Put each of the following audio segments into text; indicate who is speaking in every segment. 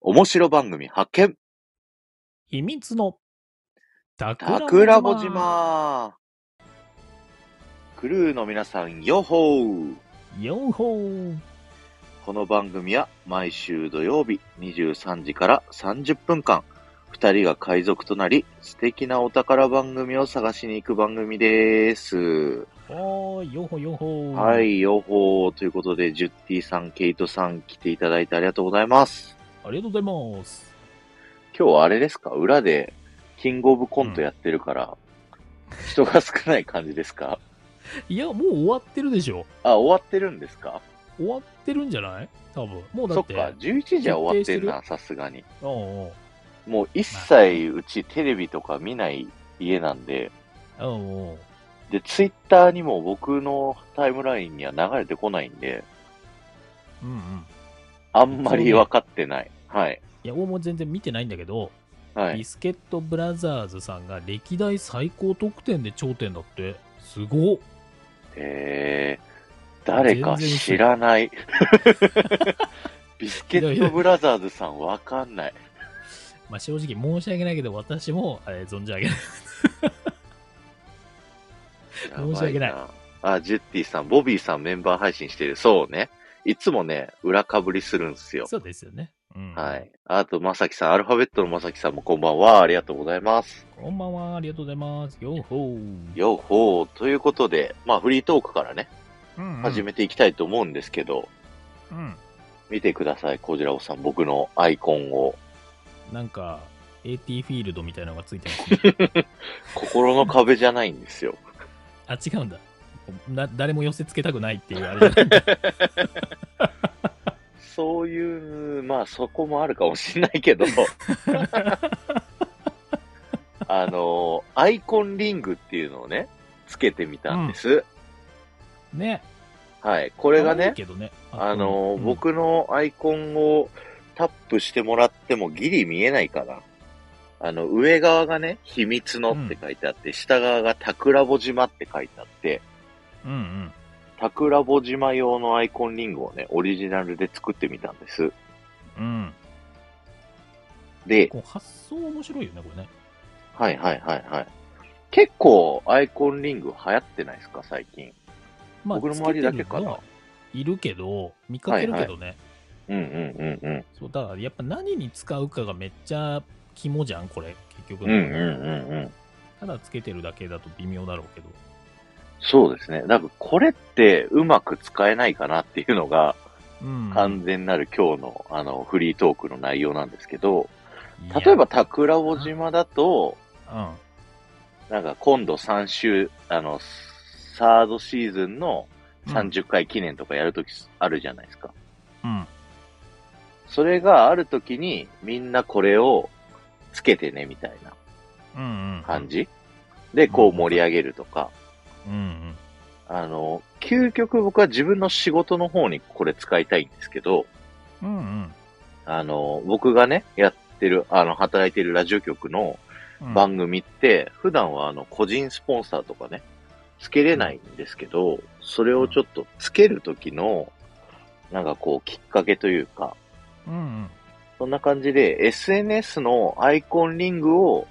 Speaker 1: 面白番組発見
Speaker 2: 秘密の
Speaker 1: 桜子島クルーの皆さん、ヨッホー
Speaker 2: 4本
Speaker 1: この番組は毎週土曜日23時から30分間、二人が海賊となり、素敵なお宝番組を探しに行く番組です。
Speaker 2: おー4本4本
Speaker 1: はい、ヨッホーということで、ジュッティさん、ケイトさん来ていただいてありがとうございます。
Speaker 2: ありがとうございます
Speaker 1: 今日はあれですか裏で、キングオブコントやってるから、人が少ない感じですか
Speaker 2: いやもう終わってるでしょ
Speaker 1: あ、終わってるんですか
Speaker 2: 終わってるんじゃない多分もうだ
Speaker 1: そ
Speaker 2: っ
Speaker 1: ってか、11時は終わってんな、さすがに。
Speaker 2: うんうん
Speaker 1: もう一切うちテレビとか見ない家なんで、
Speaker 2: うんうん
Speaker 1: で、ツイッターにも僕のタイムラインには流れてこないんで、
Speaker 2: うんうん
Speaker 1: あんまり分かってない。はい。
Speaker 2: いや俺も全然見てないんだけど、
Speaker 1: は
Speaker 2: ビ
Speaker 1: い。
Speaker 2: スケットブラザーズさんが歴代最高得点で頂点だってすごっ
Speaker 1: えー、誰か知ら ない。ビスケットブラザーズさん分かんない。
Speaker 2: まあ、正直申し訳ないけど私も、えー存じ上げない
Speaker 1: やば
Speaker 2: 申し訳ない
Speaker 1: あ、ジュッティさん、ボビーさんメンバー配信してる。そうね。いつもね、裏かぶりするんすよ。
Speaker 2: そうですよね、うん、
Speaker 1: はい。あと、まさきさん、アルファベットのまさきさんもこんばんは。ありがとうございます。
Speaker 2: こんばんは、ありがとうございます。よーほー。
Speaker 1: よっほー。ということで、まあ、フリートークからね、
Speaker 2: うんうん
Speaker 1: 始めていきたいと思うんですけど、
Speaker 2: うん。
Speaker 1: 見てください、こじらおさん、僕のアイコンを。
Speaker 2: なんか、AT フィールドみたいなのがついてますね。
Speaker 1: 心の壁じゃないんですよ。
Speaker 2: あ、違うんだ。な誰も寄せ付けたくないっていうあ れじゃない
Speaker 1: そういう、まあ、そこもあるかもしれない けど、あの、アイコンリングっていうのをね、つけてみたんです。
Speaker 2: ね。
Speaker 1: はい。これが
Speaker 2: 可愛い
Speaker 1: ね、
Speaker 2: けどね
Speaker 1: あの、
Speaker 2: うん
Speaker 1: 僕のアイコンをタップしてもらってもギリ見えないかな。あの、上側がね、秘密のって書いてあって、下側が桜穂島って書いてあって、
Speaker 2: うんうん。
Speaker 1: 桜穂島用のアイコンリングをね、オリジナルで作ってみたんです。
Speaker 2: うん。
Speaker 1: で、
Speaker 2: こう発想面白いよね、これね。
Speaker 1: はいはいはいはい。結構アイコンリング流行ってないですか、最近。
Speaker 2: ま
Speaker 1: 僕の周りだけ
Speaker 2: つて
Speaker 1: か
Speaker 2: るの
Speaker 1: な
Speaker 2: は。いるけど、見かけるけどね。
Speaker 1: うんうんうんうん。
Speaker 2: そう、だからやっぱ何に使うかがめっちゃ肝じゃん、これ、結
Speaker 1: う
Speaker 2: 局
Speaker 1: ん
Speaker 2: の
Speaker 1: うん
Speaker 2: ところ。
Speaker 1: うんうん。
Speaker 2: ただつけてるだけだと微妙だろうけど。
Speaker 1: そうですね。なんかこれってうまく使えないかなっていうのが、
Speaker 2: うん。
Speaker 1: 完全なる今日のあのフリートークの内容なんですけど、
Speaker 2: いや
Speaker 1: 例えば、桜尾島だと、
Speaker 2: うん。
Speaker 1: なんか今度3週、あの、サードシーズンの30回記念とかやるときあるじゃないですか。
Speaker 2: うん。
Speaker 1: それがあるときにみんなこれをつけてねみたいな
Speaker 2: うんうん。
Speaker 1: 感じで、こう盛り上げるとか、
Speaker 2: うんうん。
Speaker 1: あの、究極僕は自分の仕事の方にこれ使いたいんですけど、
Speaker 2: うんうん
Speaker 1: あの、僕がね、やってる、あの、働いてるラジオ局の
Speaker 2: うん。
Speaker 1: 番組って、普段はあの個人スポンサーとかね、つけれないんですけど、それをちょっとつける時の、なんかこう、きっかけというか、
Speaker 2: うんうん。
Speaker 1: そんな感じで、SNS のアイコンリングを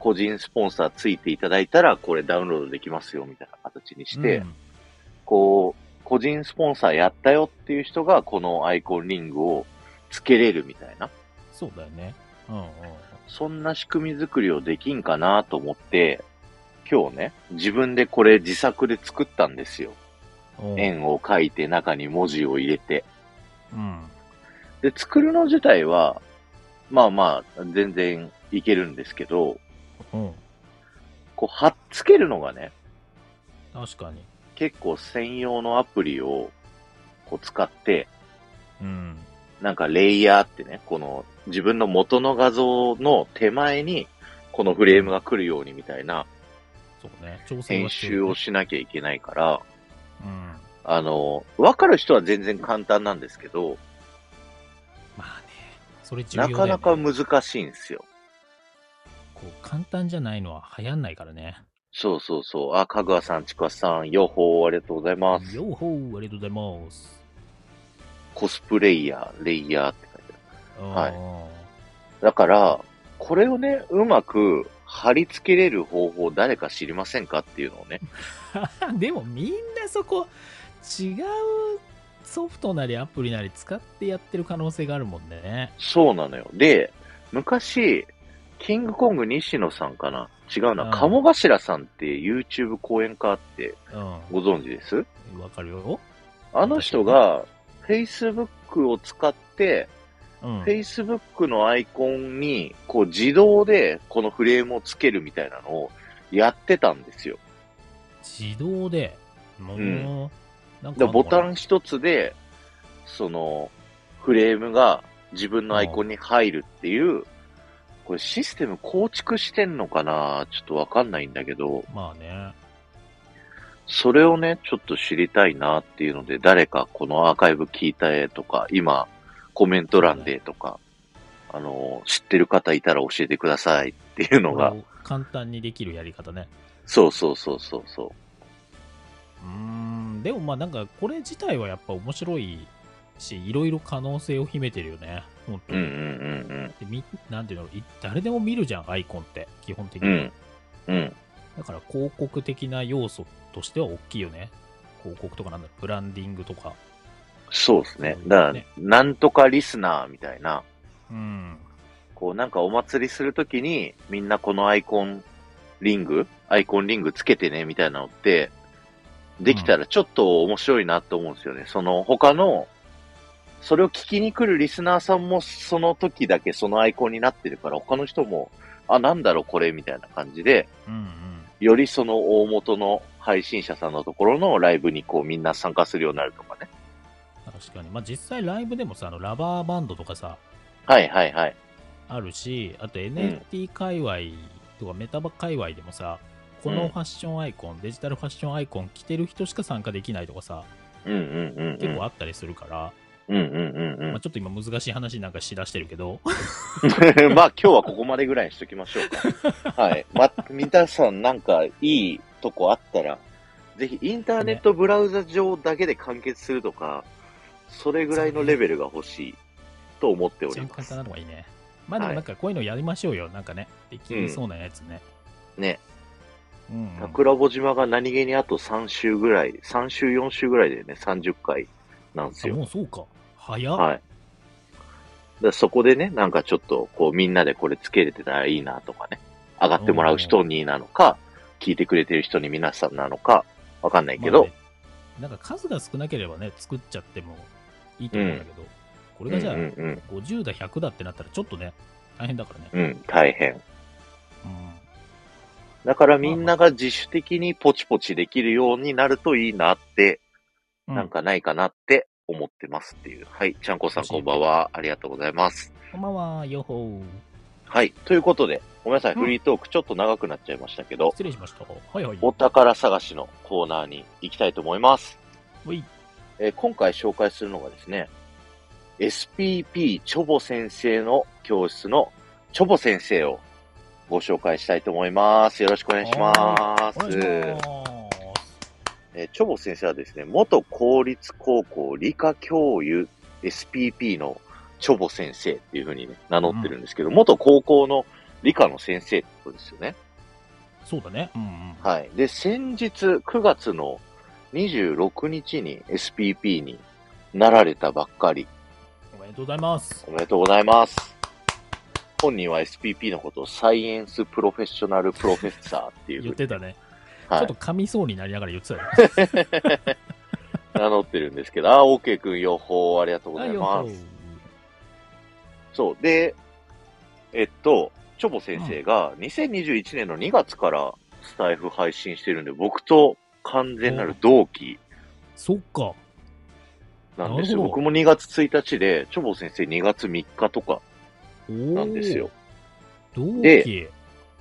Speaker 1: 個人スポンサーついていただいたら、これダウンロードできますよ、みたいな形にして、
Speaker 2: うん、
Speaker 1: こう、個人スポンサーやったよっていう人が、このアイコンリングをつけれるみたいな、
Speaker 2: そうだよね。うんうん。
Speaker 1: そんな仕組み作りをできんかなと思って、今日ね、自分でこれ自作で作ったんですよ。
Speaker 2: おう
Speaker 1: 円を描いて中に文字を入れて。
Speaker 2: うん。
Speaker 1: で、作るの自体は、まあまあ、全然いけるんですけど、
Speaker 2: うん。
Speaker 1: こう、貼っつけるのがね、
Speaker 2: 確かに。
Speaker 1: 結構専用のアプリをこう使って、
Speaker 2: うん。
Speaker 1: なんかレイヤーってね、この自分の元の画像の手前に、このフレームが来るようにみたいな
Speaker 2: そうね。調整
Speaker 1: 編
Speaker 2: はして
Speaker 1: 集
Speaker 2: る
Speaker 1: をしなきゃいけないから、
Speaker 2: うん。
Speaker 1: あの、わかる人は全然簡単なんですけど、
Speaker 2: まあね。それ重
Speaker 1: な
Speaker 2: 要だよ、
Speaker 1: か
Speaker 2: ね。
Speaker 1: なか難しいんですよ。
Speaker 2: こう簡単じゃないのは流行んないからね。
Speaker 1: そうそうそう。あ、かぐわさん、ちくわさん、よほー、ありがとうございます。
Speaker 2: よーほー、ありがとうございます。
Speaker 1: コスプレイヤー、レイヤーって書いてある。はい
Speaker 2: あ
Speaker 1: だから、これをね、うまく貼り付けれる方法誰か知りませんかっていうのをね。
Speaker 2: ーでもみん なそこ違うソフトなりアプリなり使ってやってる可能性があるもんね
Speaker 1: そうなのよ。で、昔、キングコング西野さんかな違う
Speaker 2: う
Speaker 1: な。
Speaker 2: ん
Speaker 1: 鴨頭さんって YouTube 講演家って
Speaker 2: うん
Speaker 1: ご存知です
Speaker 2: わかるよ、
Speaker 1: あの人が Facebook を使って、
Speaker 2: うん、
Speaker 1: Facebook のアイコンにこう自動でこのフレームをつけるみたいなのをやってたんですよ。
Speaker 2: 自動でもう、
Speaker 1: ん
Speaker 2: なんか
Speaker 1: で
Speaker 2: あんの
Speaker 1: ボ
Speaker 2: か
Speaker 1: タ
Speaker 2: な
Speaker 1: ン一つで、そのフレームが自分のアイコンに入るっていう、これシステム構築してんのかなちょっとわかんないんだけど、
Speaker 2: まあね
Speaker 1: それをね、ちょっと知りたいなっていうので、誰かこのアーカイブ聞いたえとか、今、コメント欄でとか、あの、知ってる方いたら教えてくださいっていうのが
Speaker 2: こ、う簡単にできるやり方ね
Speaker 1: そうそうそうそうそう
Speaker 2: ーんでもまあなんかこれ自体はやっぱ面白いしいろいろ可能性を秘めてるよね本当
Speaker 1: う。う
Speaker 2: に、
Speaker 1: んうんうん
Speaker 2: でみなんていうのい誰でも見るじゃんアイコンって基本的
Speaker 1: う
Speaker 2: に、
Speaker 1: ん。うん。うん。
Speaker 2: だから広告的な要素としては大きいよね広告とかなんだろうブランディングとか
Speaker 1: そうですね。だから
Speaker 2: ね、
Speaker 1: なんとかリスナーみたいな、
Speaker 2: うん
Speaker 1: こうなんかお祭りするときに、みんなこのアイコンリング、アイコンリングつけてねみたいなのって、できたらちょっと面白いなと思うんですよね。その他の、それを聞きに来るリスナーさんもその時だけそのアイコンになってるから、他の人も、あ、なんだろうこれみたいな感じで、
Speaker 2: うんうん
Speaker 1: よりその大元の配信者さんのところのライブにこうみんな参加するようになるとかね。
Speaker 2: 確かにまあ実際ライブでもさあのラバーバンドとかさ
Speaker 1: はいはいはい。
Speaker 2: あるしあと NFT 界隈とかメタバ界隈でもさ、こ
Speaker 1: う
Speaker 2: の
Speaker 1: ん
Speaker 2: ファッションアイコンデジタルファッションアイコン着てる人しか参加できないとかさ
Speaker 1: うんうんうん、うん。
Speaker 2: 結構あったりするから、
Speaker 1: うんうんうんうん
Speaker 2: まあ、ちょっと今難しい話なんかしだしてるけど
Speaker 1: まあ今日はここまでぐらいにしときましょうか。はい。ま、皆さんなんかいいとこあったら、ぜひインターネットブラウザ上だけで完結するとか、それぐらいのレベルが欲しいと思っており
Speaker 2: 若
Speaker 1: ま
Speaker 2: 干
Speaker 1: す
Speaker 2: 簡。なのがいいねまあでもなんかこういうのやりましょうよなんかねできそうなやつね、
Speaker 1: ね。
Speaker 2: うんうん
Speaker 1: 桜穂島が何気にあと3週ぐらい、3週4週ぐらいでね、30回なんです
Speaker 2: あ
Speaker 1: よ。
Speaker 2: もうそうか早っ、
Speaker 1: はい。だからそこでね、なんかちょっと、こうみんなでこれつけれてたらいいなとかね、上がってもらう人になのか、聞いてくれてる人に皆さんなのか、わかんないけ
Speaker 2: まあ
Speaker 1: ど、
Speaker 2: ねなんか数が少なければね作っちゃってもいいと思うんだけど、これがじゃあ
Speaker 1: うんうん
Speaker 2: 50だ100だってなったらちょっとね大変だからね、
Speaker 1: うん、うん、大変。
Speaker 2: うん、
Speaker 1: だからみんなが自主的にポチポチできるようになるといいなって、
Speaker 2: うん
Speaker 1: なんかないかなって思ってますっていう。はい、ちゃんこさんこんばんは。ありがとうございます。
Speaker 2: こんばんは、よほー。
Speaker 1: はい、ということで、ごめんなさい、
Speaker 2: うん
Speaker 1: フリートークちょっと長くなっちゃいましたけど、
Speaker 2: 失礼しました。はいはい。
Speaker 1: お宝探しのコーナーに行きたいと思います。
Speaker 2: ほい
Speaker 1: えー今回紹介するのがですね、SPP チョボ先生の教室のチョボ先生をご紹介したいと思います。よろしくお願いします
Speaker 2: お。願いします。
Speaker 1: えーチョボ先生はですね、元公立高校理科教諭 SPP のチョボ先生っていうふうに、ね、名乗ってるんですけど、元高校の理科の先生ってことですよね。
Speaker 2: そうだね。うんうん。
Speaker 1: はい。で、先日9月の26日に SPP になられたばっかり
Speaker 2: おめでとうございます。
Speaker 1: おめでとうございます。本人は SPP のことをサイエンスプロフェッショナルプロフェッサーっていうふう
Speaker 2: 言
Speaker 1: に
Speaker 2: ってたね。
Speaker 1: は
Speaker 2: ち
Speaker 1: い
Speaker 2: ょっと噛みそうになりながら言ってたよ。
Speaker 1: 名乗ってるんですけど、あ、OK 君予報ありがとうございま
Speaker 2: は
Speaker 1: す。そう。で、えっと、チョボ先生が2021年の2月からスタイフ配信してるんで、僕と完全なる同期
Speaker 2: そっか。
Speaker 1: なんですよ。
Speaker 2: なるほ
Speaker 1: 僕
Speaker 2: ど
Speaker 1: も2月1日で、チョボ先生2月3日とか
Speaker 2: お
Speaker 1: なんですよ。。
Speaker 2: 同期
Speaker 1: で。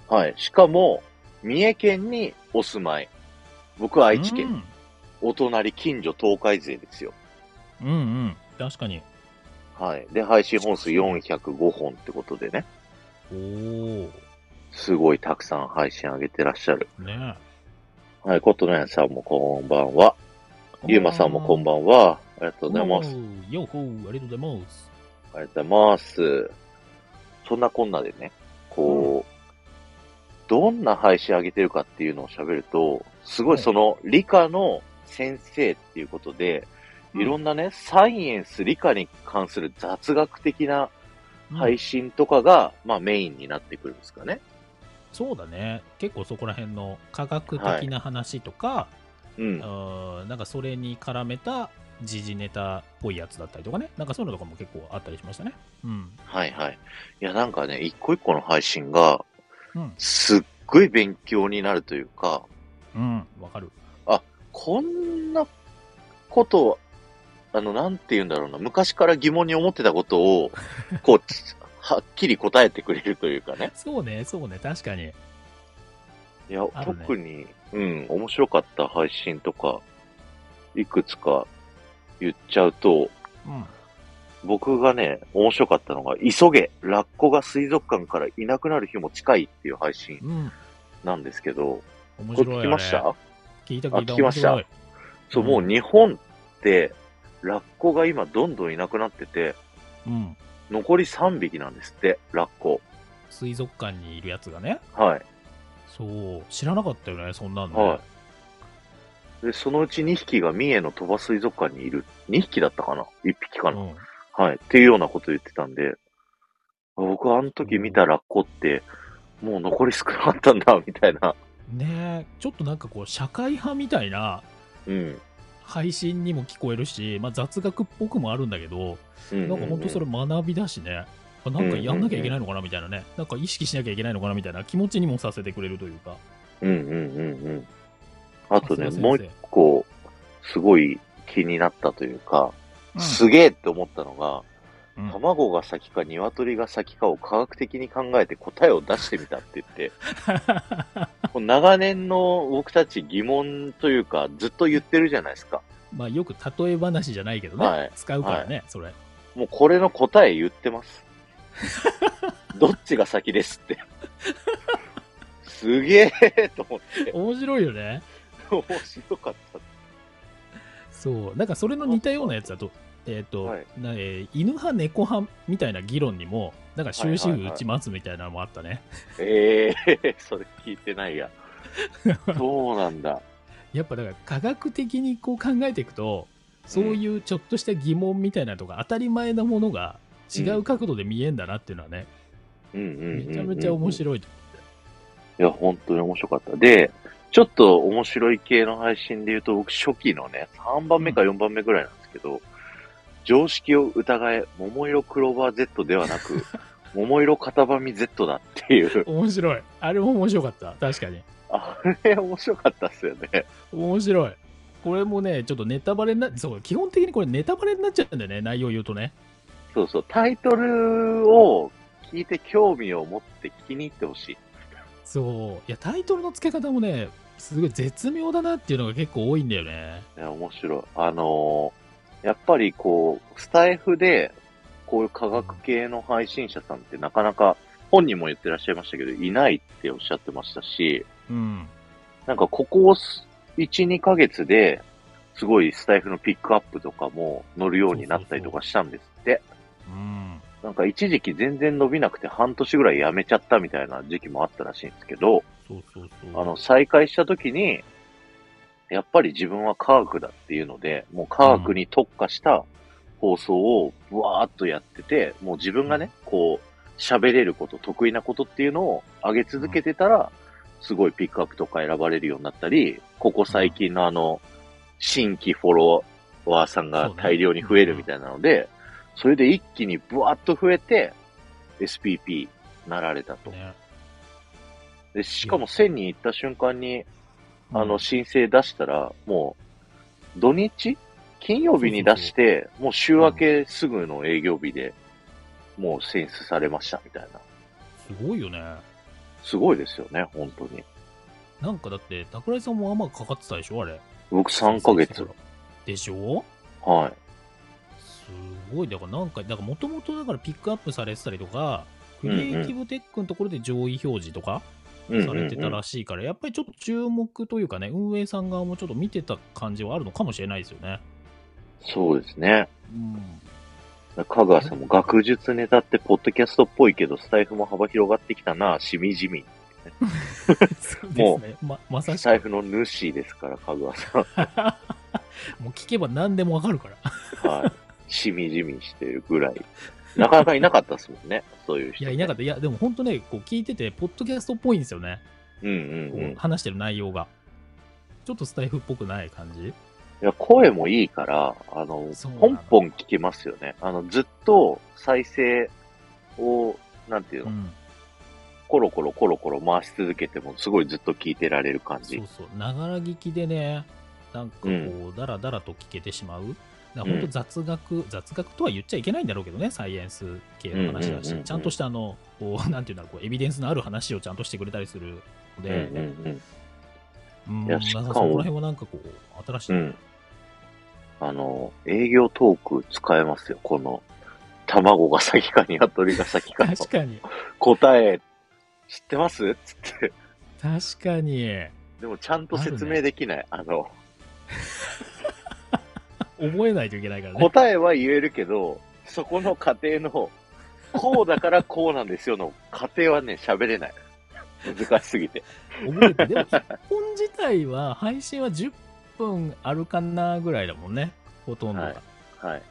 Speaker 1: はい。しかも、三重県にお住まい。僕は愛知県。お隣近所東海勢ですよ。
Speaker 2: うん。うんうん。確かに。
Speaker 1: はい。で、配信本数405本ってことでね、
Speaker 2: おー。
Speaker 1: すごいたくさん配信上げてらっしゃる。
Speaker 2: ね
Speaker 1: はい、ことのやさんもこんばんは。ゆうまさんもこんばんは。ありがとうございます。
Speaker 2: よほー、ありがとうございます。
Speaker 1: ありがとうございます。そんなこんなでね、こう、どんな配信上げてるかっていうのを喋ると、すごいその、理科の先生っていうことで、いろんなね、サイエンス、理科に関する雑学的な配信とかが、まあメインになってくるんですかね。
Speaker 2: そうだね結構そこら辺の科学的な話とか、
Speaker 1: うん。
Speaker 2: うんなんかそれに絡めた時事ネタっぽいやつだったりとかねなんかそういうのとかも結構あったりしましたねうん
Speaker 1: はいはい。いや、なんかね、一個一個の配信が、
Speaker 2: うん
Speaker 1: すっごい勉強になるというか、
Speaker 2: うんわかる
Speaker 1: こんなこと、あの、なんて言うんだろうな、昔から疑問に思ってたこと を、こう、はっきり答えてくれるというかね。
Speaker 2: そうねそうね確かに
Speaker 1: いや、
Speaker 2: あるね
Speaker 1: 特に、うん、面白かった配信とか、いくつか言っちゃうと、
Speaker 2: うん
Speaker 1: 僕がね、面白かったのが、急げ、ラッコが水族館からいなくなる日も近いっていう配信
Speaker 2: うん
Speaker 1: なんですけど、
Speaker 2: 面
Speaker 1: これ
Speaker 2: 白い、ね、
Speaker 1: 聞きました
Speaker 2: 聞いた聞いた
Speaker 1: あ聞きました
Speaker 2: 面白い
Speaker 1: そう、もう日本って、ラッコが今どんどんいなくなってて、
Speaker 2: うん
Speaker 1: 残り3匹なんですって、ラッコ。
Speaker 2: 水族館にいるやつがね
Speaker 1: はい。
Speaker 2: そう知らなかったよねそんなのね、
Speaker 1: はい。で、そのうち2匹が三重の鳥羽水族館にいる。2匹だったかな ?1 匹かな、
Speaker 2: うん
Speaker 1: はい。っていうようなこと言ってたんで、あ僕あの時見たラッコって、もう残り少なかったんだ、 みたいな。
Speaker 2: ねえちょっとなんかこう社会派みたいな
Speaker 1: うん。
Speaker 2: 配信にも聞こえるし、まあ、雑学っぽくもあるんだけど、
Speaker 1: うん
Speaker 2: なんか本当それ学びだしね、あなんかやんなきゃいけないのかなみたいなね、なんか意識しなきゃいけないのかなみたいな気持ちにもさせてくれるというか、
Speaker 1: うんうんうんうん。あとね、
Speaker 2: さすが先生
Speaker 1: もう一個、すごい気になったというか、すげえって思ったのが、
Speaker 2: うんうん
Speaker 1: 卵が先か鶏が先かを科学的に考えて答えを出してみたって言 って、こう長年の僕たち疑問というか、ずっと言ってるじゃないですか。
Speaker 2: まあよく例え話じゃないけどね、
Speaker 1: はい
Speaker 2: 使うからね、それ。
Speaker 1: もうこれの答え言って ます。どっちが先ですって。すげえと思って、
Speaker 2: 面白いよね。
Speaker 1: 面白かった。
Speaker 2: そう、なんかそれの似たようなやつだと、えっ、と、
Speaker 1: はい
Speaker 2: なえー犬派、猫派みたいな議論にも、なんか終
Speaker 1: は
Speaker 2: 止
Speaker 1: いは
Speaker 2: 符
Speaker 1: いは
Speaker 2: 打
Speaker 1: い
Speaker 2: ちますみたいなのもあったね。
Speaker 1: ええそれ聞いてない や。そうなんだ。
Speaker 2: やっぱだから科学的にこう考えていくとそういうちょっとした疑問みたいなとか、当たり前なものが違う角度で見えんだなっていうのはね、
Speaker 1: うんうんうんうんうん
Speaker 2: めちゃめちゃ面白いと
Speaker 1: いや、本当に面白かった。で、ちょっと面白い系の配信で言うと、僕初期のね、3番目か4番目ぐらいなんですけど、常識を疑え、桃色クローバー Z ではなく、桃色片み Z だっていう。
Speaker 2: 面白いあれも面白かった確かに
Speaker 1: あれ、面白かったっすよね。
Speaker 2: 面白いこれもねちょっとネタバレになそう基本的にこれネタバレになっちゃうんだよね内容言うとね
Speaker 1: そうそう、タイトルを聞いて興味を持って気に入ってほしい。
Speaker 2: そういやタイトルの付け方もねすごい絶妙だなっていうのが結構多いんだよね
Speaker 1: いや、面白い。あのーやっぱりこう、スタイフで、こういう科学系の配信者さんってなかなか、本人も言ってらっしゃいましたけど、いないっておっしゃってましたし、
Speaker 2: うん
Speaker 1: なんかここを1、2ヶ月で、すごいスタイフのピックアップとかも乗るようになったりとかしたんですって。
Speaker 2: うん
Speaker 1: なんか一時期全然伸びなくて半年ぐらいやめちゃったみたいな時期もあったらしいんですけど、
Speaker 2: そうそうそう
Speaker 1: あの、再開した時に、やっぱり自分は科学だっていうので、もう科学に特化した放送をブワーっとやってて、もう自分がね、こう、喋れること、得意なことっていうのを上げ続けてたら、すごいピックアップとか選ばれるようになったり、ここ最近のあの、新規フォロワーさんが大量に増えるみたいなので、それで一気にブワーっと増えて、SPP なられたと。
Speaker 2: ね
Speaker 1: で、しかも1000人行った瞬間に、あ
Speaker 2: う
Speaker 1: の、
Speaker 2: ん
Speaker 1: 申請出したら、もう、土日金曜日に出して、もう週明けすぐの営業日で、もう選出されましたみたいな。
Speaker 2: すごいよね
Speaker 1: すごいですよね、本当に。
Speaker 2: なんかだって、桜井さんもあんまかかってたでしょあれ。
Speaker 1: 僕3ヶ月。。
Speaker 2: でしょ
Speaker 1: はい。
Speaker 2: すごい。だからなんか、だからもともとだからピックアップされてたりとか、クリエイティブテックのところで上位表示とか
Speaker 1: うん
Speaker 2: されてたらしいから、やっぱりちょっと注目というかね、運営さん側もちょっと見てた感じはあるのかもしれないですよね。
Speaker 1: そうですね。
Speaker 2: うん。
Speaker 1: 香川さんも学術ネタってポッドキャストっぽいけど、スタイフも幅広がってきたな、しみじみ。
Speaker 2: そうですね。ま、 まさ
Speaker 1: ス
Speaker 2: し
Speaker 1: タイ
Speaker 2: く。
Speaker 1: フの主ですから、香川さん。
Speaker 2: もう聞けば何でもわかるから。
Speaker 1: はい。しみじみしてるぐらい。なかなかいなかったですもんね、そういう
Speaker 2: い
Speaker 1: 人、
Speaker 2: や、いなか
Speaker 1: っ
Speaker 2: った。いや、でも本当ね、こう聞いてて、ポッドキャストっぽいんですよね。
Speaker 1: た。うんうん
Speaker 2: こ
Speaker 1: うん。
Speaker 2: う
Speaker 1: い
Speaker 2: 話してる内容が。ちょっとスタイフっぽくない感じ
Speaker 1: や、声もいいから、あの、
Speaker 2: そうなの
Speaker 1: ポンポン聞けますよね。あの、ずっと再生を、なんていう
Speaker 2: う
Speaker 1: の、
Speaker 2: ん。
Speaker 1: コロコロコロコロ回し続けても、すごいずっと聞いてられる感じ。
Speaker 2: そうそう。ながら聞きでね、なんかこ
Speaker 1: う
Speaker 2: う、だらだらと聞けてしまう。だから本当雑学、雑学とは言っちゃいけないんだろうけどね、サイエンス系の話だ
Speaker 1: うん
Speaker 2: し、
Speaker 1: うんうんうん
Speaker 2: ちゃんとしたあの、こう、 なんていうんだろう、こうエビデンスのある話をちゃんとしてくれたりするの
Speaker 1: うん
Speaker 2: で、
Speaker 1: うん
Speaker 2: うん、
Speaker 1: い
Speaker 2: な
Speaker 1: や
Speaker 2: んか
Speaker 1: し
Speaker 2: そ
Speaker 1: かも
Speaker 2: こら辺はなんかこう、新しい
Speaker 1: うん。うん。あの、営業トーク使えますよ。この、卵が先か 鶏が先かの
Speaker 2: 確かに、
Speaker 1: 答え、知ってますつって。
Speaker 2: 確かに、
Speaker 1: でもちゃんと説明できない。あの、
Speaker 2: 覚えないといけないからね。
Speaker 1: 答えは言えるけど、そこの過程の、こうだからこうなんですよの過程はね、喋れない。難しすぎて。
Speaker 2: 覚えて、でも、1本自体は、配信は10分あるかなぐらいだもんね、ほとんどが。
Speaker 1: はいはい。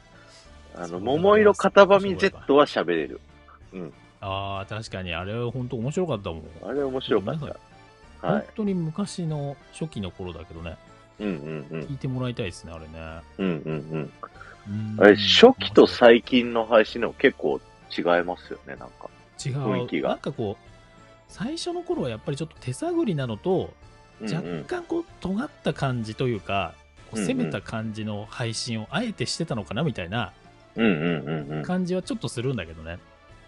Speaker 1: あ
Speaker 2: そうだ
Speaker 1: の、
Speaker 2: な
Speaker 1: 桃色片み Z は喋れる。
Speaker 2: ああ、確かに、あれは本当面白かったもん。
Speaker 1: あれ面白かった。は
Speaker 2: 本
Speaker 1: い。
Speaker 2: 当に昔の初期の頃だけどね、
Speaker 1: うんうんうん。
Speaker 2: 聞いてもらいたいですね、あれね。
Speaker 1: うんうん
Speaker 2: うん
Speaker 1: うん。あれ、初期と最近の配信でも結構違いますよね、なんか。
Speaker 2: 違う
Speaker 1: 雰囲気が
Speaker 2: なんかこう、最初の頃はやっぱりちょっと手探りなのと、
Speaker 1: うんう
Speaker 2: 若
Speaker 1: ん。
Speaker 2: 干こう、尖った感じというか、こう
Speaker 1: うんうん
Speaker 2: 攻めた感じの配信をあえてしてたのかなみたいな
Speaker 1: うんうんうんうん。
Speaker 2: 感じはちょっとするんだけどね。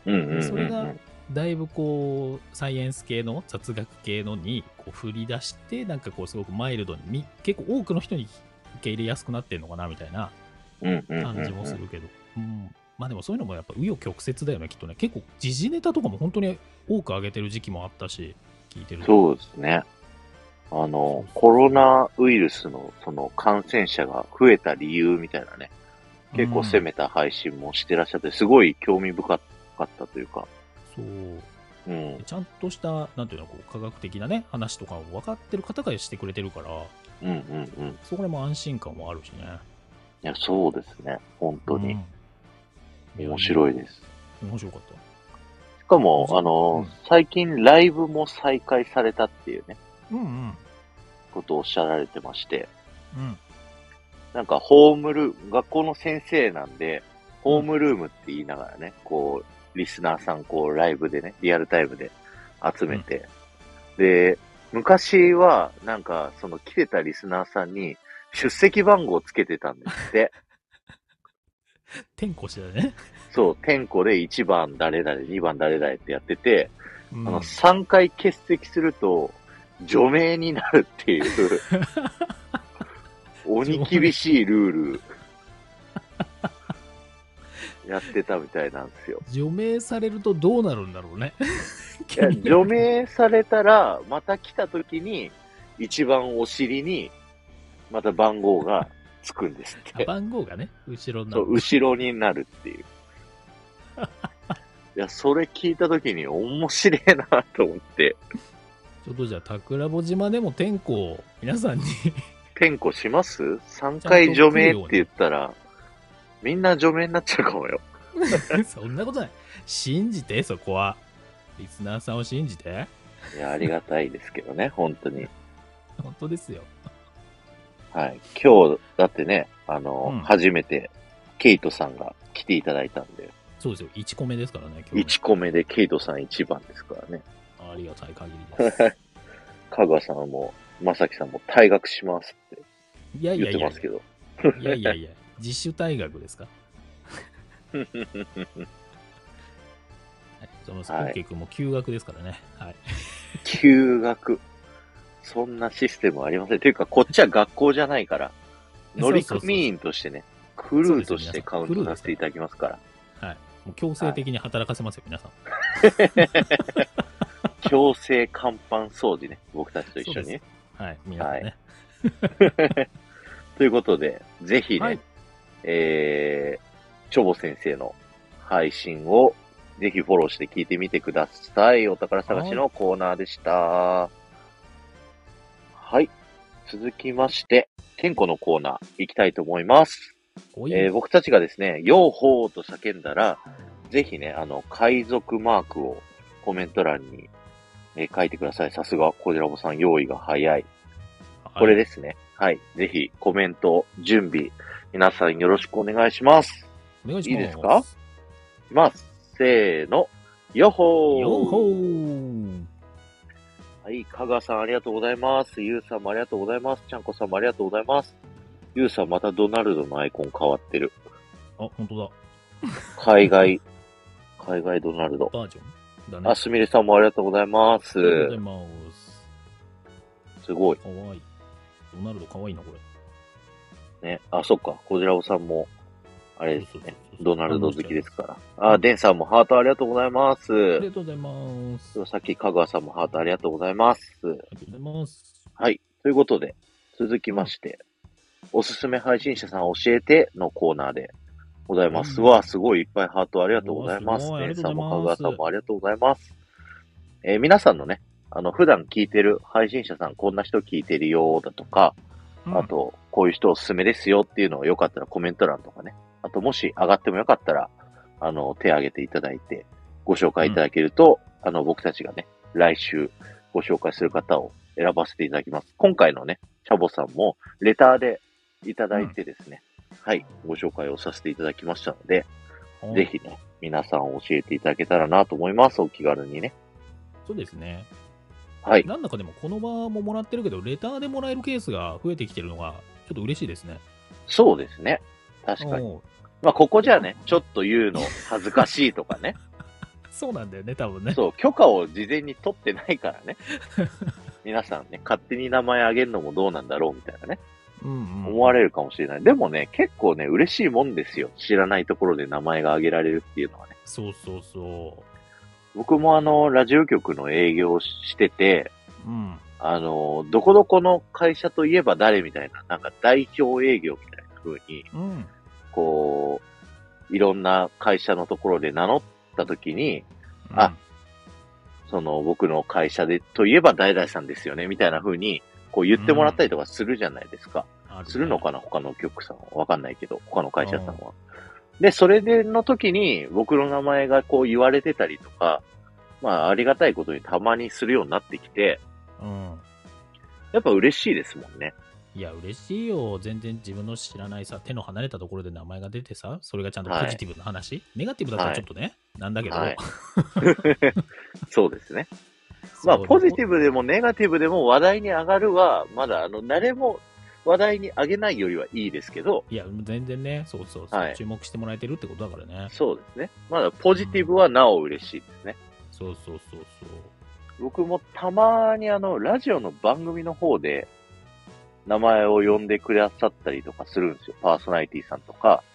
Speaker 1: うんうんうんうん
Speaker 2: それがだいぶこうサイエンス系の雑学系のにこう振り出してなんかこうすごくマイルドにみ結構多くの人に受け入れやすくなってるのかなみたいな
Speaker 1: うんうんうん
Speaker 2: 感じもするけど、うんまあでもそういうのもやっぱ紆余曲折だよねきっとね結構時事ネタとかも本当に多く上げてる時期もあったし聞いてると
Speaker 1: そうですね。あの、コロナウイルスのその感染者が増えた理由みたいなね、結構攻めた配信もしてらっしゃって、すごい興味深かったというか、
Speaker 2: うんそ
Speaker 1: う
Speaker 2: う
Speaker 1: ん
Speaker 2: で、ちゃんとしたなんていうのこう科学的なね話とかを分かってる方がしてくれてるから
Speaker 1: うんうんうん。い
Speaker 2: そこら辺も安心感もあるしね
Speaker 1: や、そうですね。本当に。
Speaker 2: うん
Speaker 1: 面白いです。
Speaker 2: 面白かった
Speaker 1: しかも、あの、
Speaker 2: うん
Speaker 1: 最近ライブも再開されたっていうね、
Speaker 2: うんうん
Speaker 1: ことをおっしゃられてまして、
Speaker 2: うん
Speaker 1: なんかホームルーム、学校の先生なんで、ホームルームって言いながらね、こう、リスナーさん、こう、ライブでね、リアルタイムで集めて、で、昔は、なんか、その来てたリスナーさんに、出席番号つけてたんですって、
Speaker 2: 転校してたね。
Speaker 1: そう、点呼で1番誰々、2番誰々ってやってて、
Speaker 2: うん
Speaker 1: あの、3回欠席すると、除名になるって いう、鬼厳しいルール、やってたみたいなんです よ。
Speaker 2: 除名されるとどうなるんだろうね。
Speaker 1: い や除名されたら、また来た時に、一番お尻に、また番号がつくんですっ
Speaker 2: あ
Speaker 1: て。
Speaker 2: 番号がね、後ろにな
Speaker 1: そ
Speaker 2: る
Speaker 1: う、後ろになるって いう。いや、それ聞いた時に面白いなと思って、
Speaker 2: ちょっとじゃあ、桜穂島でも転校を皆さんに
Speaker 1: 点呼します ?3 回除名って言ったら、みんな除名になっちゃうかもよ。
Speaker 2: そんなことない。信じて、そこは。リスナーさんを信じて。
Speaker 1: いや、ありがたいですけどね、 本当に。
Speaker 2: 本当ですよ。
Speaker 1: はい。今日、だってね、あの、
Speaker 2: うん
Speaker 1: 初めて、ケイトさんが来ていただいたんで、
Speaker 2: そうですよ。1個目ですからね、今日
Speaker 1: 1個目でケイトさん1番ですからね。
Speaker 2: の。ありがたい限りです。
Speaker 1: 香川さんも、まさきさんも退学しますって
Speaker 2: いやい
Speaker 1: 言っ
Speaker 2: やい
Speaker 1: て
Speaker 2: や
Speaker 1: ま
Speaker 2: い
Speaker 1: すけど。
Speaker 2: や、いやいやいや、自主退学ですか。はい、そのスプーケイ君も休学ですからね。はい。
Speaker 1: 休学。そんなシステムはありません。というか、こっちは学校じゃないから、乗組員としてね、クルーとしてカウントさせていただきますから、
Speaker 2: はい。もう強制的に働かせますよ、皆さん。
Speaker 1: 強制甲板掃除ね、僕たちと一緒に
Speaker 2: そ
Speaker 1: ね
Speaker 2: うで。す。はい、皆さんね。
Speaker 1: ということで、ぜひね、
Speaker 2: はい
Speaker 1: えー、チョボ先生の配信をぜひフォローして聞いてみてください。お宝探しのコーナーでした。はい。続きまして、健康のコーナー行きたいと思います。
Speaker 2: おい、
Speaker 1: えー僕たちがですね、ヨーホーと叫んだら、ぜひね、あの、海賊マークをコメント欄に、えー書いてください。さすが、コジラボさん、用意が早い。これ
Speaker 2: で。
Speaker 1: ですね。はい。ぜひ、コメント、準備、皆さんよろしくお願いします。
Speaker 2: お願いし
Speaker 1: いい
Speaker 2: ます。
Speaker 1: ですかいきます。せーの、ヨーホー
Speaker 2: よーほー
Speaker 1: はい、香川さんありがとうございます。ゆうさんもありがとうございます。ちゃんこさんもありがとうございます。ゆうさんまたドナルドのアイコン変わってる。
Speaker 2: あ、本当だ。
Speaker 1: 海外、海外ドナルド。
Speaker 2: バージョンだね。
Speaker 1: あ、すみれさんもありがとうございます
Speaker 2: あ。りがとうございます。
Speaker 1: すごい。
Speaker 2: かわいい。ドナルドかわいいな、これ。
Speaker 1: ね。あ、そっか。こじらぼさんも、あれです
Speaker 2: そうそう
Speaker 1: ね。
Speaker 2: そうそう
Speaker 1: ドナルド好きですから。あ、デンさんもハートありがとうございま
Speaker 2: あり
Speaker 1: す。
Speaker 2: がとうございます。あ
Speaker 1: さっき香川さんもハートありがとうございます。
Speaker 2: りがとうございます。
Speaker 1: はい。ということで、続きまして、おすすめ配信者さん教えてのコーナーでございます。
Speaker 2: うん
Speaker 1: わあ、すごいいっぱいハートありがとうございます。
Speaker 2: うわすごいあり
Speaker 1: ねさ
Speaker 2: がと
Speaker 1: ん
Speaker 2: うござい
Speaker 1: も
Speaker 2: ま
Speaker 1: 香
Speaker 2: す
Speaker 1: 川さんもありがとうございます。えー皆さんのね、あの、普段聞いてる配信者さん、こんな人聞いてるよだとか、
Speaker 2: うん
Speaker 1: あと、こういう人おすすめですよっていうのをよかったらコメント欄とかね。あと、もし上がってもよかったら、あの、手挙げていただいて、ご紹介いただけると、あの、僕たちがね、来週ご紹介する方を選ばせていただきます。今回のね、チャボさんも、レターでいただいてですね、はい、ご紹介をさせていただきましたので、
Speaker 2: はい
Speaker 1: ぜひね、皆さん教えていただけたらなと思います。お気軽にね。
Speaker 2: そうですね。
Speaker 1: はい。
Speaker 2: なんだかでも、この場ももらってるけど、レターでもらえるケースが増えてきてるのが、ちょっと嬉しいですね。
Speaker 1: そうですね。確かに。
Speaker 2: うん
Speaker 1: まあ、ここじゃね、ちょっと言うの恥ずかしいとかね。
Speaker 2: そうなんだよね、多分ね。
Speaker 1: そう、許可を事前に取ってないから ね。皆さんね、勝手に名前あげるのもどうなんだろうみたいなね、
Speaker 2: うんうん、
Speaker 1: 思わ
Speaker 2: れ
Speaker 1: れるかもしれない。でもね、結構ね、嬉しいもんですよ。知らないところで名前が挙げられるっていうのはね。
Speaker 2: そうそうそ
Speaker 1: 僕もあの、ラジオ局の営業をしてて、
Speaker 2: う。うん。
Speaker 1: あの、どこどこの会社といえば誰みたいな、なんか代表営業みたいな風に、
Speaker 2: うん。
Speaker 1: こう、いろんな会社のところで名乗った時に、あその僕の会社でといえば誰々さんですよね、みたいな風に、こう言ってもらったりとかするじゃないですか。
Speaker 2: うん、あね
Speaker 1: するのかな他の局さんは。わかんないけど、他の会社さんは。で、それでの時に僕の名前がこう言われてたりとか、まあありがたいことにたまにするようになってきて、
Speaker 2: うん。
Speaker 1: やっぱ嬉しいですもんね。
Speaker 2: いや、嬉しいよ。全然自分の知らないさ、手の離れたところで名前が出てさ、それがちゃんとポジティブな話。ネガティブだったらちょっとね、なんだけど。
Speaker 1: はいそうですね。
Speaker 2: そう
Speaker 1: まあポジティブで
Speaker 2: も。
Speaker 1: もネガティブでも話題に上がるは、まだあの、誰も話題に上げないよりはいいですけど、
Speaker 2: いや、全然ね、そうそうそう、
Speaker 1: はい
Speaker 2: 注目してもらえてるってことだからね。
Speaker 1: そうですね。まだポジティブはなお嬉しいですね。
Speaker 2: そうそうそうそう。
Speaker 1: 僕もたまにあの、ラジオの番組の方で、名前を呼んでくださったりとかするんですよ。パーソナリティさんとか、
Speaker 2: うん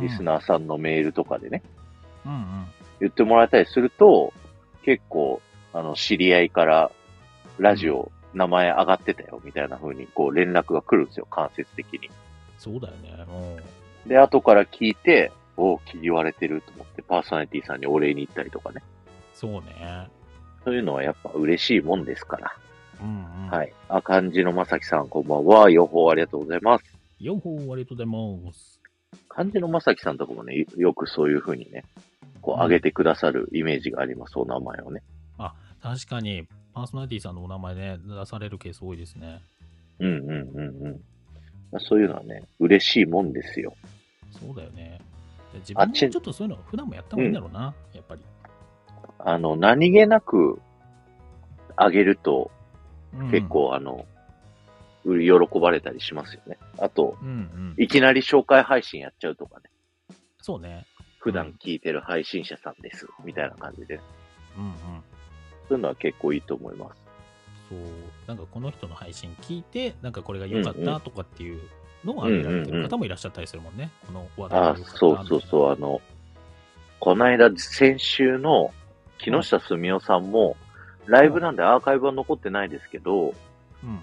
Speaker 1: リスナーさんのメールとかでね、
Speaker 2: うんうん。
Speaker 1: 言ってもらえたりすると、結構、あの、知り合いから、ラジオ、名前上がってたよ、みたいな風に、こう、連絡が来るんですよ、間接的に。
Speaker 2: そうだよね。うん。
Speaker 1: で、後から聞いて、お気言われてると思って、パーソナリティさんにお礼に行ったりとかね。
Speaker 2: そうね。
Speaker 1: そういうのはやっぱ嬉しいもんですから。
Speaker 2: うんうん。。
Speaker 1: はいい。あ、漢字のまさきさん、こんばんは。予報ありがとうございます。
Speaker 2: 4本ありがとうございます。
Speaker 1: 漢字のまさきさんとかもね、よくそういう風にね、こう上げてくださるイメージがあります、お名前をね。
Speaker 2: 確かに、パーソナリティさんのお名前ね、出されるケース多いですね。
Speaker 1: うんうんうんうん。そういうのはね、嬉しいもんですよ。
Speaker 2: そうだよね。で自
Speaker 1: あ
Speaker 2: 分もち
Speaker 1: ち
Speaker 2: ょっとそういうの、普段もやった方がいいんだろうな、やっぱり。
Speaker 1: あの、何気なく上げると、
Speaker 2: うん
Speaker 1: 結。構あの、喜ばれたりしますよね。あと、
Speaker 2: うんうん。
Speaker 1: いきなり紹介配信やっちゃうとかね、
Speaker 2: そうね。
Speaker 1: 普段聞いてる配信者さんです、みたいな感じで、
Speaker 2: うんうん。
Speaker 1: そういうのは結構いいと思います。
Speaker 2: そう。なんかこの人の配信聞いて、なんかこれが良かっ
Speaker 1: うんう
Speaker 2: たとかっていうのを挙げられてる方もいらっしゃったりするもんね。この話題が
Speaker 1: あ
Speaker 2: 良かった
Speaker 1: そうそうそう、あ
Speaker 2: み
Speaker 1: の、この間、先週の木下澄夫さんも、ライブなんでアーカイブは残ってないですけど、
Speaker 2: たいな。うん。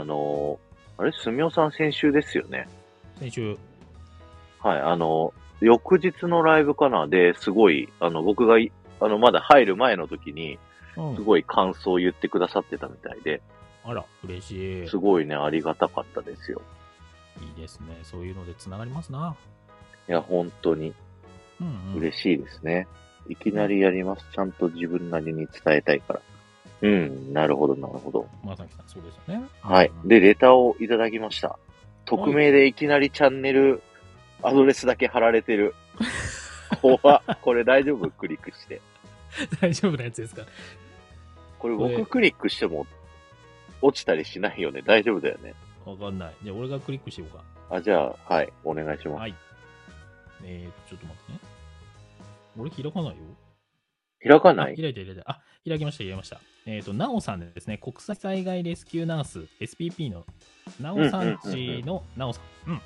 Speaker 1: あの、あれ、澄夫さん先週ですよね。
Speaker 2: 先週、
Speaker 1: はい、あの、翌日のライブかなですごい、あの、僕がい、あの、まだ入る前の時に、
Speaker 2: うん
Speaker 1: すごい感想を言ってくださってたみたいで、
Speaker 2: あら、嬉しい。
Speaker 1: すごいね、ありがたかったですよ。
Speaker 2: いいですね。そういうのでつながりますな。
Speaker 1: いや、本当に
Speaker 2: うん、うん。
Speaker 1: 嬉しいですね。いきなりやります。ちゃんと自分なりに伝えたいから。うん、なるほど、なるほど。
Speaker 2: まさきさん、そうですよね。
Speaker 1: はい
Speaker 2: うん。
Speaker 1: で、レターをいただきました。匿名でいきなりチャンネル、アドレスだけ貼られて る。怖っこれ大丈夫クリックして。
Speaker 2: 大丈夫なやつですか。
Speaker 1: これ
Speaker 2: これ
Speaker 1: 僕クリックしても落ちたりしないよね。大丈夫だよね。
Speaker 2: わかんない。じゃあ、俺がクリックしようか。
Speaker 1: あ、じゃあ、はい。お願いします。
Speaker 2: はい。えー、ちょっと待ってね。俺開かないよ。
Speaker 1: 開かな
Speaker 2: あ
Speaker 1: い
Speaker 2: 開いた開いた。あ、開きました、開きました。えっ、と、なおさんですね。国際災害レスキューナース、SPP のなおさんちのなおさん。うん。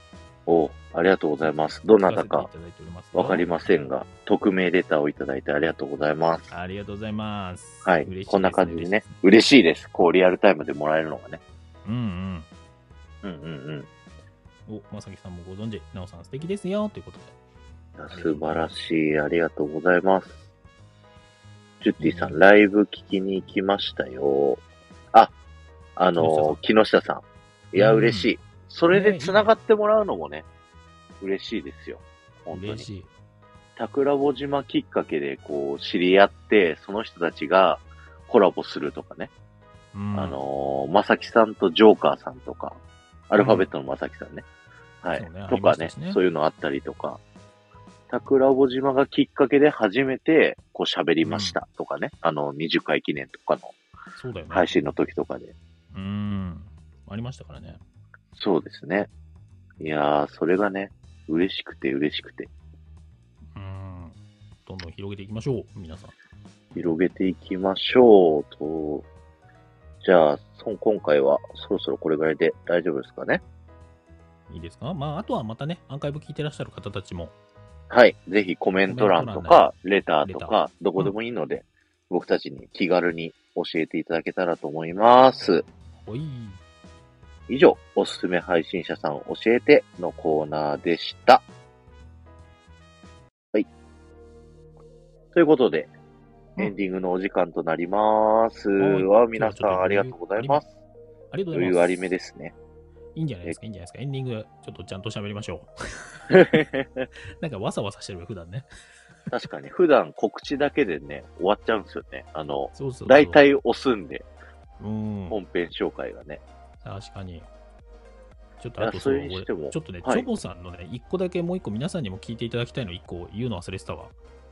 Speaker 1: おありがとうございます。どなた
Speaker 2: 聞
Speaker 1: か
Speaker 2: せていただいておりますよ
Speaker 1: わかりませんが、匿名レターをいただいてありがとうございます。
Speaker 2: ありがとうございます。
Speaker 1: はい。
Speaker 2: 嬉しいです
Speaker 1: こんな感じでね。
Speaker 2: 嬉しいで
Speaker 1: 嬉しいです。こう、リアルタイムでもらえるのがね。
Speaker 2: すうん
Speaker 1: うんうん
Speaker 2: うん。お、まさきさんもご存知、なおさん素敵ですよ、ということで。
Speaker 1: うん。いや素晴らしい。ありがとうございます。ジュッティさ
Speaker 2: うん
Speaker 1: ん、ライブ聞きに行きましたよ。あ、あの、木下さん。いや、
Speaker 2: うん
Speaker 1: 嬉しい。それ
Speaker 2: ね
Speaker 1: で繋がってもらうのもね、嬉しいですよ。本当
Speaker 2: 嬉
Speaker 1: に。
Speaker 2: しい。
Speaker 1: 桜穂島きっかけで、こう、知り合って、その人たちがコラボするとかね。
Speaker 2: うん、
Speaker 1: あ、のー、まさきさんとジョーカーさんとか、アルファベットのまさきさんね。はい。
Speaker 2: そうねあ
Speaker 1: と
Speaker 2: りま
Speaker 1: か
Speaker 2: した
Speaker 1: ね
Speaker 2: しね
Speaker 1: そういうのあったりとか、桜穂島がきっかけで初めて、こう喋りましたとかね、あの、20回記念とかの
Speaker 2: そうだよね。
Speaker 1: 配信の時とかで。
Speaker 2: うん。ありましたからね。
Speaker 1: そうですね。いやー、それがね、嬉しくて嬉しくて、
Speaker 2: うん。どんどん広げていきましょう、皆さん。
Speaker 1: 広げていきましょうと。じゃあ、そ今回はそろそろこれぐらいで大丈夫ですかね
Speaker 2: いいですかまあ、あとはまたね、アーカイブ聞いてらっしゃる方たちも、
Speaker 1: はい。ぜひコメント欄とか、レターと
Speaker 2: レタ
Speaker 1: か、どこでもいいので、僕たちに気軽に教えていただけたらと思います。
Speaker 2: おい、
Speaker 1: 以上、おすすめ配信者さん教えてのコーナーでした。はい。ということで、
Speaker 2: うん
Speaker 1: エンディングのお時間となります。は、皆さんありがとうございます。
Speaker 2: ありがとうござ
Speaker 1: 余
Speaker 2: います。
Speaker 1: 裕ありめですね。
Speaker 2: いいんじゃないですか、いいんじゃないですか。エンディング、ちょっとちゃんと喋りましょ う。なんかわさわさしてるよ、普段ね。
Speaker 1: 確かに、普段告知だけでね、終わっちゃうんですよね。あの、
Speaker 2: そうそうそう
Speaker 1: 大、体押すんで、
Speaker 2: うん。
Speaker 1: 本編紹介がね。
Speaker 2: 確かに。ちょ
Speaker 1: い
Speaker 2: っと
Speaker 1: や
Speaker 2: あとそう
Speaker 1: それにし
Speaker 2: 俺ち
Speaker 1: て
Speaker 2: ょ
Speaker 1: も
Speaker 2: っとね、
Speaker 1: はい
Speaker 2: チョボさんのね、一個だけもう一個皆さんにも聞いていただきたいの一個言うの忘れてたわ。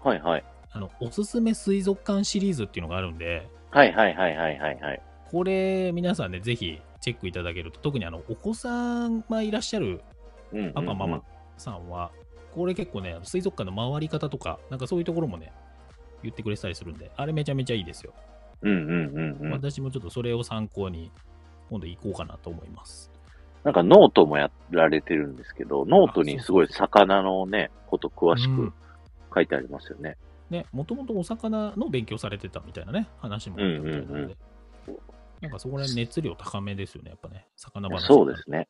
Speaker 1: はいはい。
Speaker 2: あの、おすすめ水族館シリーズっていうのがあるんで、
Speaker 1: はいはいはいはいはいはい。
Speaker 2: これ皆さんね、ぜひチェックいただけると、特にあの、お子さんがいらっしゃる
Speaker 1: うんうんうん
Speaker 2: パパママ。さんは、これ結構ね、水族館の回り方とか、なんかそういうところもね、言ってくれてたりするんで、あれめちゃめちゃいいですよ。
Speaker 1: うんうんうんうん。
Speaker 2: 私もちょっとそれを参考に、今度行こうかなと思います。
Speaker 1: なんかノートもやられてるんですけど、ノートにすごい魚のね、こと詳し
Speaker 2: う
Speaker 1: く
Speaker 2: ん
Speaker 1: 書いてありますよね。
Speaker 2: ね、もともとお魚の勉強されてたみたいなね、話もあったみたいなので、
Speaker 1: うんうんうん
Speaker 2: なんかそこら辺熱量高めですよね、やっぱね、魚話。
Speaker 1: そうですね。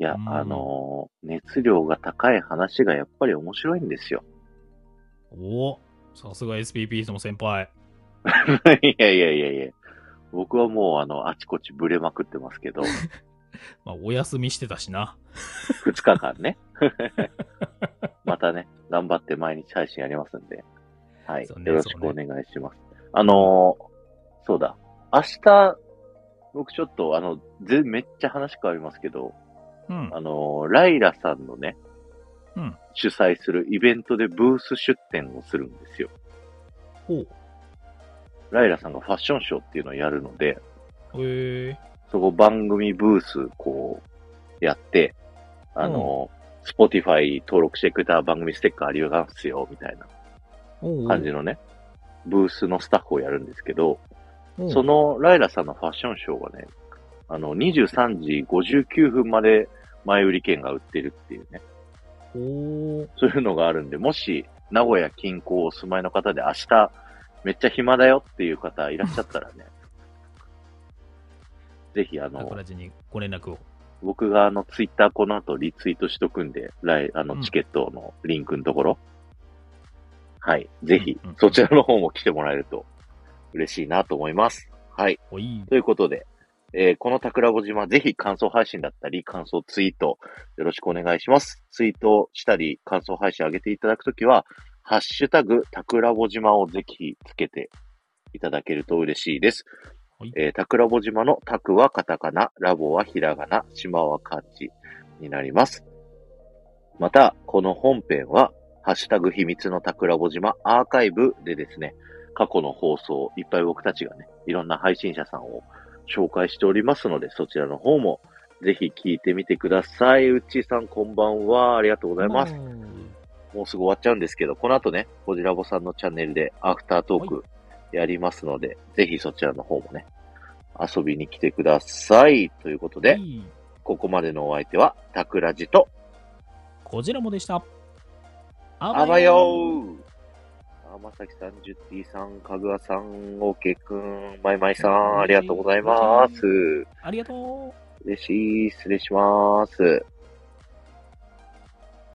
Speaker 1: いや、
Speaker 2: うん
Speaker 1: あのー熱量が高い話がやっぱり面白いんですよ。
Speaker 2: おお、さすが SPP の先輩。
Speaker 1: いやいやいやいや。僕はもうあの、あちこちブレまくってますけど、
Speaker 2: まあ、お休みしてたしな。
Speaker 1: 2日間ね。またね、頑張って毎日配信やりますんで。はい。
Speaker 2: そうね
Speaker 1: よろしくお願いします。あのーそうだ。明日、僕ちょっと、あの、ぜめっちゃ話変わりますけど、
Speaker 2: うん
Speaker 1: あ。のーライラさんのね、
Speaker 2: うん
Speaker 1: 主催するイベントでブース出展をするんですよ。
Speaker 2: お
Speaker 1: ライラさんがファッションショーっていうのをやるので、
Speaker 2: えー、
Speaker 1: そこ番組ブース、こう、やって、あのー、スポティファイ登録してくれた番組ステッカーありますよ、みたいな。
Speaker 2: おうおう
Speaker 1: 感じのね、ブースのスタッフをやるんですけど、
Speaker 2: おう
Speaker 1: そのライラさんのファッションショーがね、あの、23時59分まで前売り券が売ってるっていうね、
Speaker 2: おー
Speaker 1: そういうのがあるんで、もし、名古屋近郊お住まいの方で明日、めっちゃ暇だよっていう方いらっしゃったらね、ぜひあ
Speaker 2: タ
Speaker 1: の
Speaker 2: コ、ラジにご連絡を。
Speaker 1: 僕があの、ツイッターこの後リツイートしとくんで、来、あ
Speaker 2: う
Speaker 1: の、
Speaker 2: ん
Speaker 1: チケットのリンクのところ。はい。ぜひ
Speaker 2: うんうん、
Speaker 1: そちらの方も来てもらえると嬉しいなと思います。はい。
Speaker 2: おい。
Speaker 1: ということで、えーこの桜子島、ぜひ感想配信だったり、感想ツイート、よろしくお願いします。ツイートしたり、感想配信上げていただくときは、ハッシュタグ、桜子島をぜひつけていただけると嬉しいです
Speaker 2: はい。
Speaker 1: えー、桜子島のタクはカタカナ、ラボはひらがな、島は漢字になります。また、この本編は、ハッシュタグ秘密の桜子島アーカイブでですね、過去の放送、いっぱい僕たちがね、いろんな配信者さんを紹介しておりますので、そちらの方もぜひ聞いてみてください。うっちーさん、こんばんは。ありがとうございます。もうすぐ終わっちゃうんですけど、この後ね、ホジラボさんのチャンネルでアフタートークやりますので、ぜひそちらの方もね、遊びに来てください。ということ
Speaker 2: で
Speaker 1: で、、ここまでのお相手は、タクラジと、
Speaker 2: こちらもでした。あ
Speaker 1: あばよー天崎さん、ジュッティさん、かぐわさん、おけくん、まいまいさん、ありがとうございます。
Speaker 2: ありがとう。
Speaker 1: 嬉しい。失礼します。